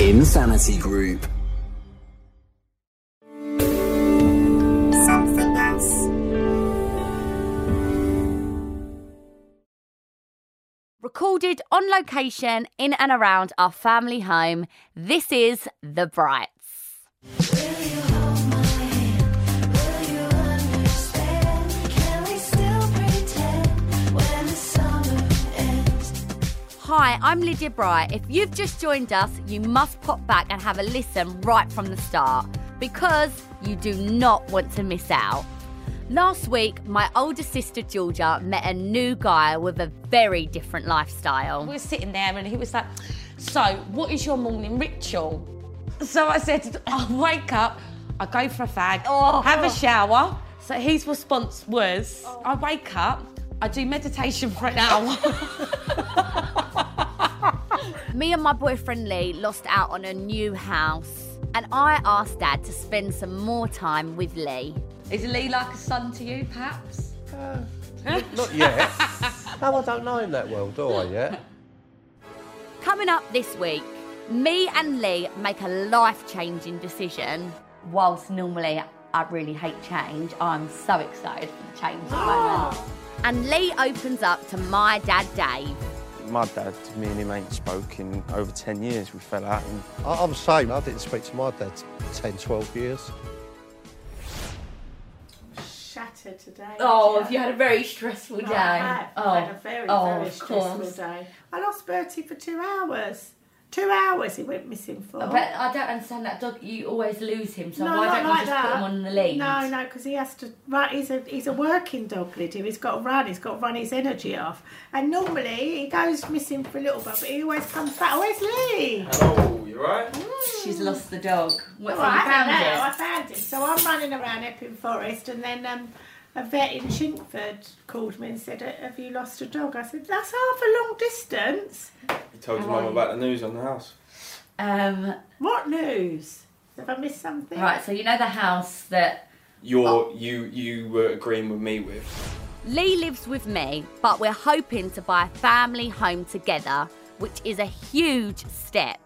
Insanity Group. Something else. Recorded on location in and around our family home, this is The Brights. Hi, I'm Lydia Bright. If you've just joined us, you must pop back and have a listen right from the start because you do not want to miss out. Last week, my older sister Georgia met a new guy with a very different lifestyle. We were sitting there and he was like, So, what is your morning ritual? So I said, I wake up, I go for a fag, Oh. have a shower. So his response was, I wake up, I do meditation for an hour. Me and my boyfriend Lee lost out on a new house, and I asked Dad to spend some more time with Lee. is Lee like a son to you, perhaps? Not yet. no, I don't know him that well, do I yet? Coming up this week, me and Lee make a life changing decision. Whilst normally I really hate change, I'm so excited for the change at the moment. And Lee opens up to my dad, Dave. My dad, me and him ain't spoken over 10 years. We fell out and I, I'm the same. I didn't speak to my dad 10, 12 years. shattered today. Oh, you had a very Oh, stressful I have. I had a very, very stressful day. I lost Bertie for two hours. Two hours he went missing for. But I don't understand that dog. You always lose him, so no, why not don't you like just that. put him on the lead? No, no, because he has to. Right, he's a he's a working dog, Lydia. He's got to run. He's got to run his energy off. And normally he goes missing for a little bit, but he always comes back. Where's Lee? Oh, you right? She's lost the dog. What, Oh, I found it. I found him. So I'm running around Epping Forest, and then um, a vet in Chingford called me and said, "Uh, "Have you lost a dog?" I said, "That's half a long distance." You told your mum about the news on the house. Um, What news? Have I missed something? right, so you know the house that. You're Oh. you you were agreeing with me with. Lee lives with me, but we're hoping to buy a family home together, which is a huge step.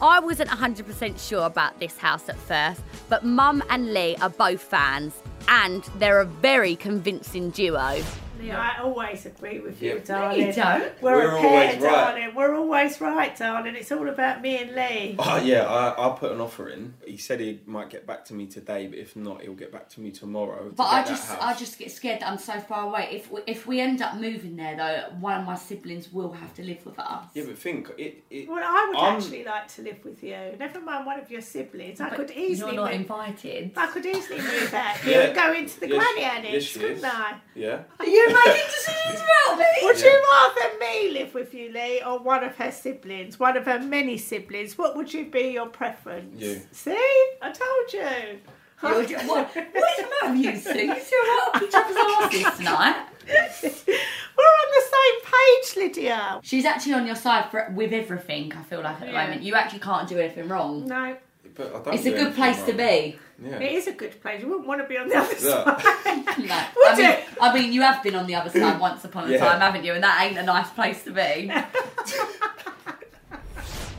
I wasn't 100% sure about this house at first, but Mum and Lee are both fans, and they're a very convincing duo. Yeah, I always agree with you, Yeah. darling. you don't. We're, We're a pair, always right. darling. We're always right, darling. It's all about me and Lee. Oh yeah, I, I put an offer in. He said he might get back to me today, but if not, he'll get back to me tomorrow. to But I get that just, house. I just get scared that I'm so far away. If we, if we end up moving there, though, one of my siblings will have to live with us. Yeah, but think it. it Well, I would I'm- actually like to live with you. Never mind one of your siblings. I But could easily You're not move. invited. I could easily move out Yeah. here and go into the Yes, granny annex, yes, she couldn't is. I? Yeah. You made it decisions about me. Would you rather me live with you, Lee, or one of her siblings, one of her many siblings? What would you be your preference? You. See, I told you. Would you- What, what is the matter with you, Sue? You two are right up each other's asses tonight. We're on the same page, Lydia. She's actually on your side for, with everything, I feel like, at the Yeah. moment. You actually can't do anything wrong. No, But I don't It's do a good anything place to wrong. be. Yeah. it is a good place. You wouldn't want to be on the other Look. side. No, I, Would mean, it? I mean, you have been on the other side once upon a Yeah. time, haven't you? And that ain't a nice place to be.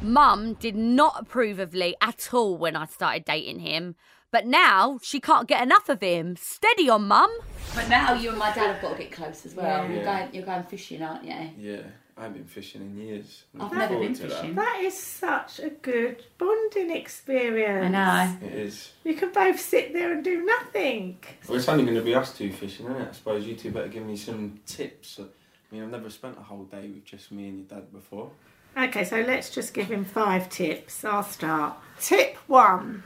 Mum did not approve of Lee at all when I started dating him. But now she can't get enough of him. Steady on, Mum. But now you and my dad have got to get close as well. You're, Yeah. going, you're going fishing, aren't you? Yeah. I haven't been fishing in years. I've Looking never forward been to that. fishing. that is such a good bonding experience. It is. You can both sit there and do nothing. Well, it's only going to be us two fishing, isn't it? I suppose you two better give me some tips. I mean, I've never spent a whole day with just me and your dad before. Okay, so let's just give him five tips. I'll start. Tip one: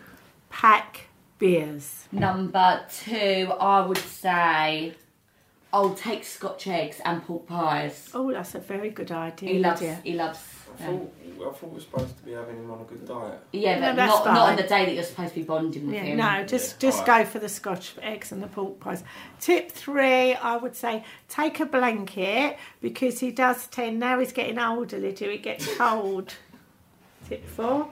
pack beers. Number two, I would say I'll take scotch eggs and pork pies. Oh, that's a very good idea. He loves, Lydia. he loves. I them. thought, I thought we were supposed to be having him on a good diet. Yeah, No, but that's not, not on fine. the day that you're supposed to be bonding with Yeah, him. no, just Yeah, just alright. go for the Scotch eggs and the pork pies. Tip three, I would say take a blanket because he does tend now he's getting older, Lydia, it gets cold. Tip four.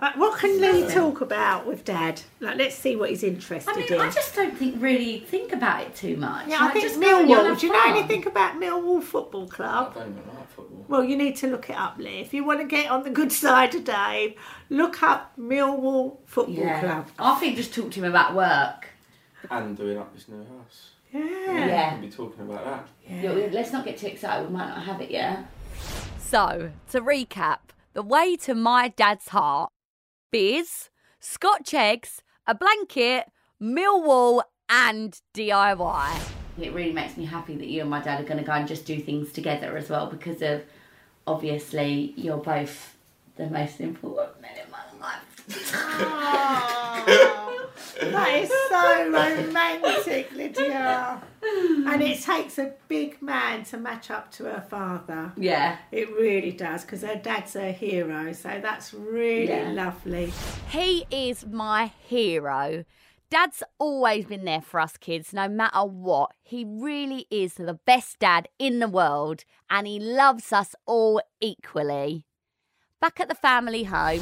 Like, what can Lee talk about with Dad? Like, let's see what he's interested I mean, in. I just don't think really think about it too much. yeah, I Like, think just go and you'll Millwall. have Do you know fun. anything about Millwall Football I Club? don't even like football. Well, you need to look it up, Lee. If you want to get on the good side of Dave, look up Millwall Football Yeah. Club. I think just talk to him about work. And doing up this new house. Yeah. Yeah. We'll be talking about that. Yeah, let's not get too excited. We might not have it yet. So, to recap, the way to my dad's heart: beers, Scotch eggs, a blanket, Millwall, and DIY. It really makes me happy that you and my dad are going to go and just do things together as well, because of obviously you're both the most important men in my life. That is so romantic, Lydia. And it takes a big man to match up to her father. yeah. It really does, because her dad's her hero. So that's really Yeah. lovely. He is my hero. Dad's always been there for us kids, no matter what. He really is the best dad in the world, and he loves us all equally. Back at the family home,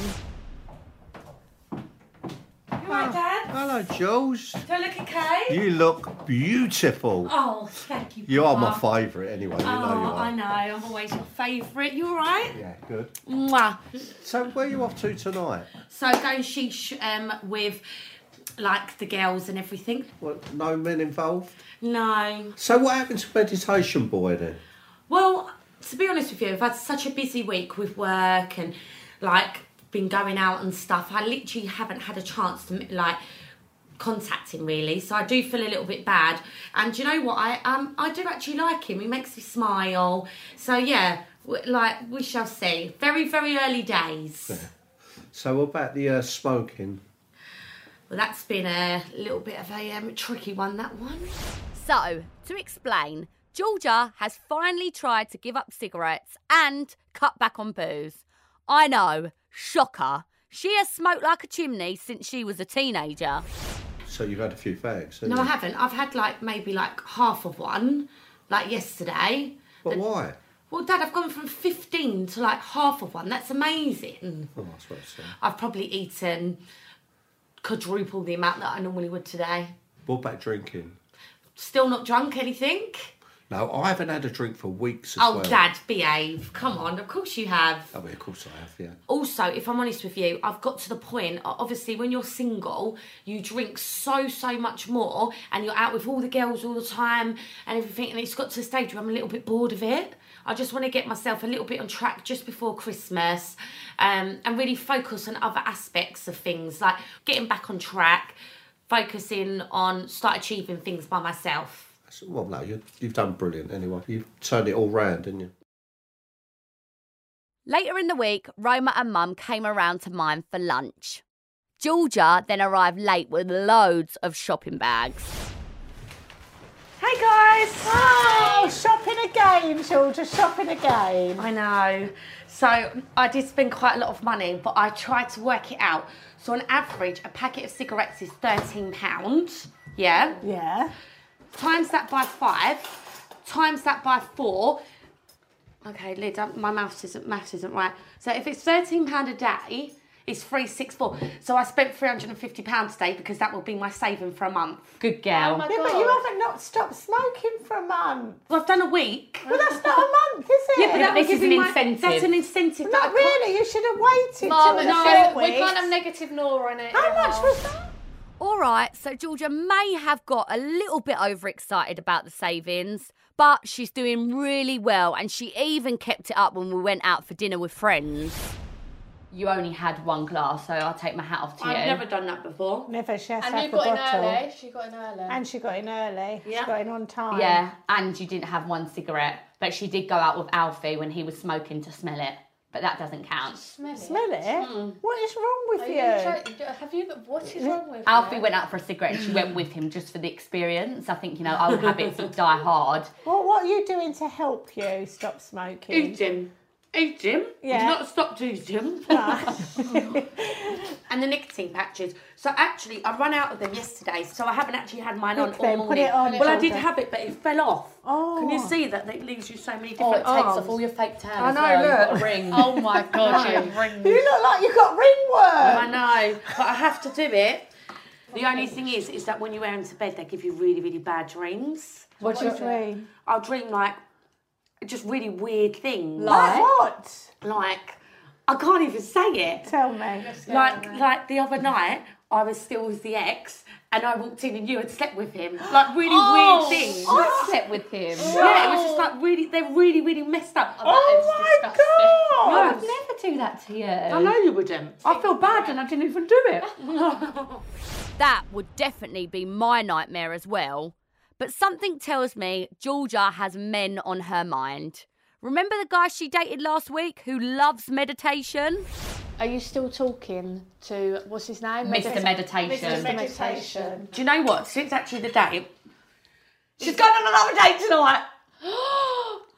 Hi, Dad. Hello, Jules. Do I look okay? You look beautiful. Oh, thank you. You are my Papa. favourite anyway, you Oh, know you are. I know. Ah. I'm always your favourite. You all right? Yeah, good. Mwah. So, where are you off to tonight? So going sheesh um, with like the girls and everything. What, no men involved? No. So, what happened to Meditation Boy then? Well, to be honest with you, I've had such a busy week with work and like been going out and stuff. I literally haven't had a chance to like contact him really, so I do feel a little bit bad. And do you know what? I um I do actually like him. He makes me smile. So yeah, w- like we shall see. Very very early days. So, what about the uh, smoking? Well, that's been a little bit of a um, tricky one. That one. So, to explain, Georgia has finally tried to give up cigarettes and cut back on booze. I know, shocker. She has smoked like a chimney since she was a teenager. So, you've had a few fags, haven't No, you? I haven't. I've had like maybe like half of one, like yesterday. But why? Well, Dad, I've gone from 15 to like half of one. That's amazing. Oh, I suppose so. I've probably eaten quadruple the amount that I normally would today. What about drinking? Still not drunk anything. No, I haven't had a drink for weeks as Oh, well. Dad, behave. Come on. Of course you have. Oh, yeah, of course I have, yeah. also, if I'm honest with you, I've got to the point, o- obviously, when you're single, you drink so, so much more and you're out with all the girls all the time and everything. And it's got to the stage where I'm a little bit bored of it. I just want to get myself a little bit on track just before Christmas um, and really focus on other aspects of things, like getting back on track, focusing on start achieving things by myself. That's- Well, no, you, you've done brilliant anyway. You've turned it all round, didn't you? Later in the week, Roma and Mum came around to mine for lunch. Georgia then arrived late with loads of shopping bags. Hey guys! Oh, shopping again, Georgia, shopping again. I know. So I did spend quite a lot of money, but I tried to work it out. So on average, a packet of cigarettes is thirteen pounds. Yeah. Yeah. Times that by five. Times that by four. Okay, Lid, I'm- my mouth isn't math isn't right. So if it's thirteen pound a day, it's three six four. So I spent three hundred and fifty pounds today because that will be my saving for a month. Good girl. Yeah, but you haven't not stopped smoking for a month. well, I've done a week. Well, that's not a month, is it? But that this will is give me an my- incentive. That's an incentive. that I can't- Not really. You should have waited Mum, till the Um, no, short we can't have weeks. negative Nora in it. How in the much house. was that? All right, so Georgia may have got a little bit overexcited about the savings, but she's doing really well and she even kept it up when we went out for dinner with friends. You only had one glass, so I'll take my hat off to you. I've never done that before. Never share And half you a got in bottle. early. She got in early. And she got in early. Yeah. She got in on time. yeah, and you didn't have one cigarette, but she did go out with Alfie when he was smoking to smell it, but that doesn't count. Smell it. Smell it. What is wrong with Are you? you joking? Have you? What is wrong with Alfie you? went out for a cigarette and she went with him just for the experience. I think, you know, old habits die hard. Well, what are you doing to help you stop smoking? Eating. Eat him. Yeah. He's not stopped eating him. and the nicotine patches. So actually, I run out of them yesterday, so I haven't actually had mine on Put all them- morning. put it on, well, I did Georgia. have it, but it fell off. Oh. Can you see that? That leaves you so many different Oh, it takes arms. off all your fake tan. I as know, well. You've look. got a ring. Oh my god, you have You rings. look like you've got ringworm. I know, but I have to do it. The only thing is, is that when you wear them to bed, they give you really, really bad dreams. What do you dream? I'll dream like just really weird things. Like what? like I can't even say it. Tell me. Like like the other night, I was still with the ex, and I walked in and you had slept with him. Like really Oh, weird things. I slept with him. Yeah, it was just like really, they're really, really messed up. Oh my No, I I would never do that to you. I know you wouldn't. I feel bad, and I didn't even do it. That would definitely be my nightmare as well. But something tells me Georgia has men on her mind. Remember the guy she dated last week who loves meditation? Are you still talking to what's his name? Mr. Meditation. Meditation. Do you know what? Since actually the date, She's going on another date tonight.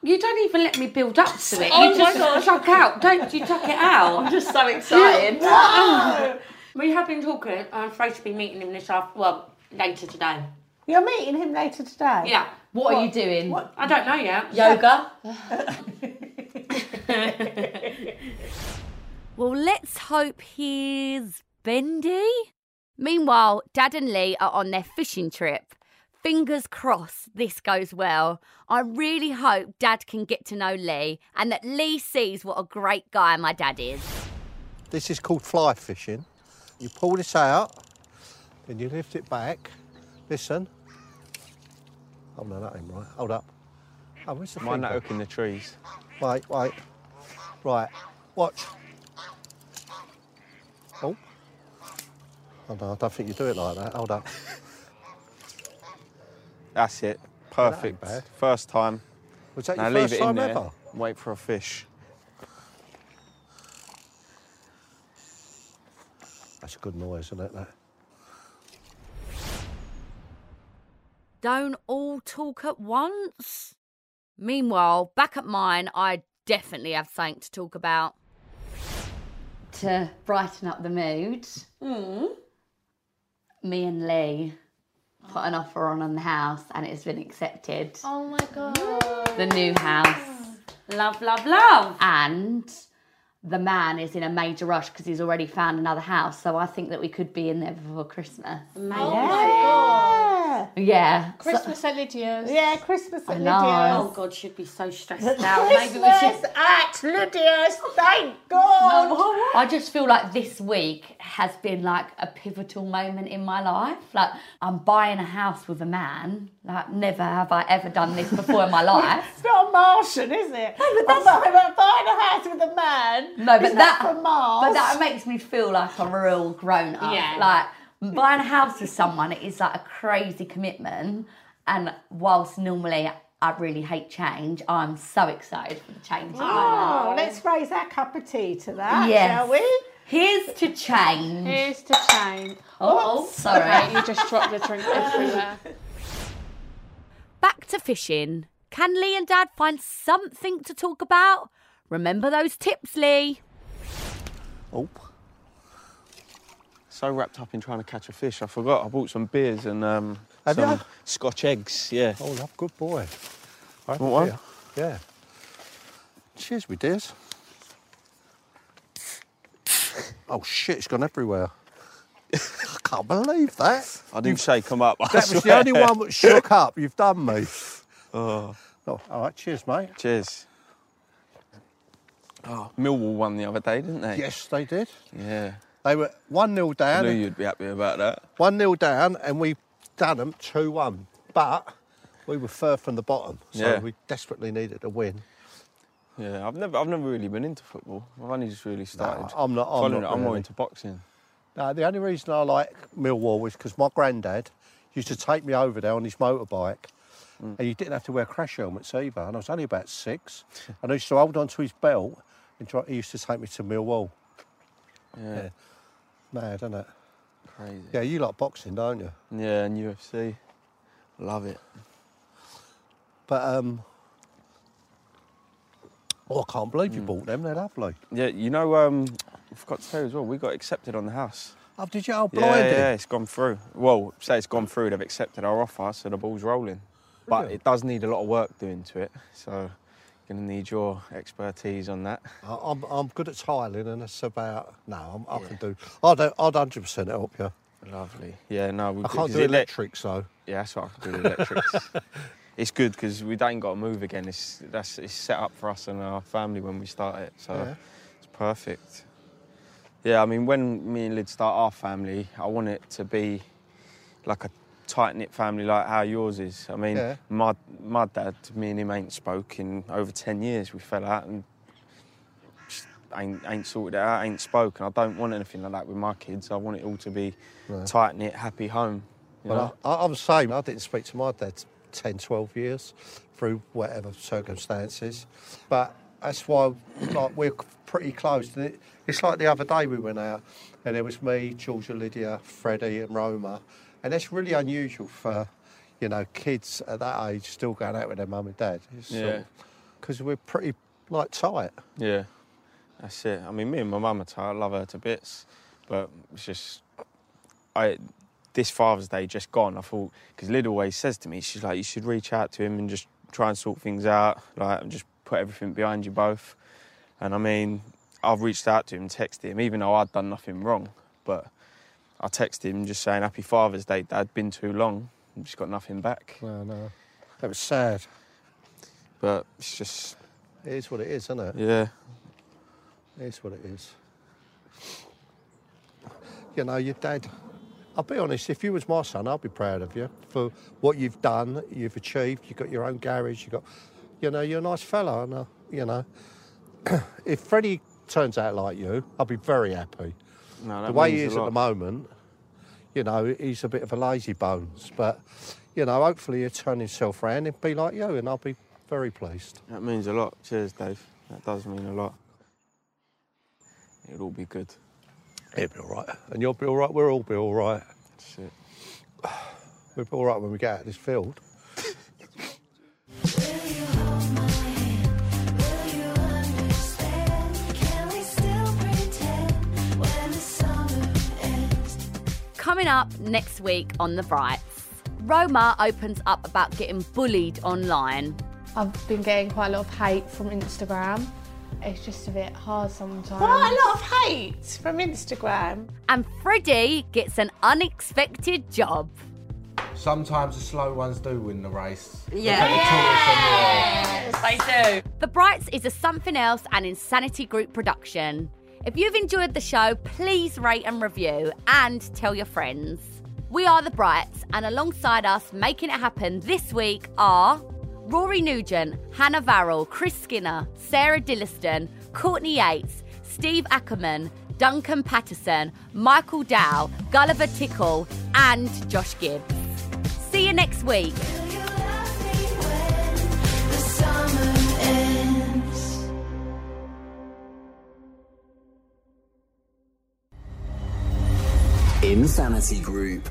you don't even let me build up to it. Oh you my just chuck out, don't you? Chuck it out. I'm just so excited. we have been talking. I'm afraid to be meeting him this after. Well, later today. You're meeting him later today. Yeah. What are you doing? I don't know yet. Yoga. Well, let's hope he's bendy. Meanwhile, Dad and Lee are on their fishing trip. Fingers crossed this goes well. I really hope Dad can get to know Lee and that Lee sees what a great guy my dad is. This is called fly fishing. You pull this out, then you lift it back. Listen. Oh no, that ain't right. Hold up. Oh, where's the Mine that finger? hook in the trees. Wait, wait. Right. Watch. Oh. Oh no, I don't think you do it like that. Hold up. That's it. that ain't Perfect. bad. First time. Was that Now your leave first it in time there. ever? Wait for a fish. That's a good noise, isn't it? That? Don't all talk at once. Meanwhile, back at mine, I definitely have something to talk about. to brighten up the mood, Hmm? me and Lee put an offer on on the house and it's been accepted. Oh my god. The new house. Love, love, love. And the man is in a major rush because he's already found another house. So I think that we could be in there before Christmas. Oh my god. Yeah. so- Christmas at Lydia's. Yeah, Christmas at I know. Oh Lydia's. God, she'd be so stressed out. Maybe we should. Christmas at Lydia's. Thank God. I just feel like this week has been like a pivotal moment in my life. Like I'm buying a house with a man. Like never have I ever done this before in my life. It's not a Martian, is it? No, but that's I'm buying, buying a house with a man. No, but Is that, from Mars. but that makes me feel like a real grown up. Yeah. Like buying a house with someone is like a crazy commitment. And whilst normally I really hate change, I'm so excited for the change. in my life. Oh, let's raise our cup of tea to that, Yes. shall we? Here's to change. Here's to change. Oh, sorry. Right, you just dropped the drink everywhere. Back to fishing. Can Lee and Dad find something to talk about? Remember those tips, Lee. Oh. So wrapped up in trying to catch a fish, I forgot. I bought some beers and um, Have some ya? Scotch eggs. Yeah. Oh, love, good boy. Right, Want one? yeah. Yeah. Cheers, me dears. Oh shit, it's gone everywhere. I can't believe that. I didn't shake them up. I That was the swear. only one that shook up. You've done me. Oh, all right, cheers, mate. Cheers. Oh, Millwall won the other day, didn't they? Yes, they did. Yeah. They were 1 0 I down. knew you'd be happy about that. One 0 down, and we done them two one. But we were third from the bottom, so Yeah. we desperately needed a win. Yeah, I've never, I've never really been into football. I've only just really started. I'm not- I'm following not it. I'm more really. into boxing. Now, the only reason I like Millwall is because my granddad used to take me over there on his motorbike, Hmm. and you didn't have to wear crash helmets either. And I was only about six, and I used to hold on to his belt, and try, he used to take me to Millwall. Yeah, Mad, isn't it? crazy. Yeah, you like boxing, don't you? Yeah, and UFC. Love it. But um, Oh, I can't believe you Hmm. bought them. They're lovely. Yeah, you know, um, I forgot to tell you as well, we got accepted on the house. Oh, did you? Oh, Yeah, blinding. yeah, it's gone through. Well, say it's gone through, they've accepted our offer, so the ball's rolling. But it does need a lot of work doing to it, so going to need your expertise on that. I- I'm, I'm good at tiling, and that's about. No, I'm, I can do. I'd, I'd 100% help you. Lovely. Yeah, no, we I can't 'cause do it let- electrics, though. Yeah, that's what I can do with electrics. it's good because we don't got to move again. It's that's it's set up for us and our family when we start it, so Yeah. it's perfect. Yeah, I mean, when me and Lid start our family, I want it to be like a tight knit family, like how yours is. I mean, Yeah. my my dad, me and him ain't spoke in over ten years. We fell out and just ain't ain't sorted it out, ain't spoken. I don't want anything like that with my kids. I want it all to be tight knit, happy home. you know? But I, I, I'm the same. I didn't speak to my dad 10, 12 years through whatever circumstances. But that's why like, we're pretty close. And it, it's like the other day we went out and there was me, Georgia, Lydia, Freddie, and Roma. And that's really unusual for, you know, kids at that age still going out with their mum and dad. Yeah. Because we're pretty, like, tight. Yeah, that's it. I mean, me and my mum are tight. I love her to bits, but it's just I. This Father's Day just gone. I thought because Lyd always says to me, she's like, you should reach out to him and just try and sort things out, like, and just put everything behind you both. And I mean, I've reached out to him, texted him, even though I'd done nothing wrong, but I texted him just saying, Happy Father's Day, Dad. Been too long. i just got nothing back. No, no. That was sad. But it's just, It is what it is, isn't it? yeah, It's what it is. You know, your dad. I'll be honest. If you was my son, I'd be proud of you for what you've done, you've achieved. You've got your own garage. You got, you know, you're a nice fellow, and uh, you know, if Freddie turns out like you, I'll be very happy. no, that the way he means is a at the lot. moment, you know, he's a bit of a lazy bones, but you know, hopefully he'll turn himself round and be like you, and I'll be very pleased. That means a lot. Cheers, Dave. That does mean a lot. It'll all be good. He'll be all right, and you'll be all right. We'll all be all right. That's it. We'll be all right when we get out of this field. Coming up next week on The Brights, Roma opens up about getting bullied online. I've been getting quite a lot of hate from Instagram. It's just a bit hard sometimes. Quite a lot of hate from Instagram. And Freddie gets an unexpected job. Sometimes the slow ones do win the race. The Brights is a Something Else and Insanity Group production. If you've enjoyed the show, please rate and review and tell your friends. We are The Brights, and alongside us making it happen this week are Rory Nugent, Hannah Varrell, Chris Skinner, Sarah Dilliston, Courtney Yates, Steve Ackerman, Duncan Patterson, Michael Dow, Gulliver Tickle, and Josh Gibbs. See you next week. Insanity Group.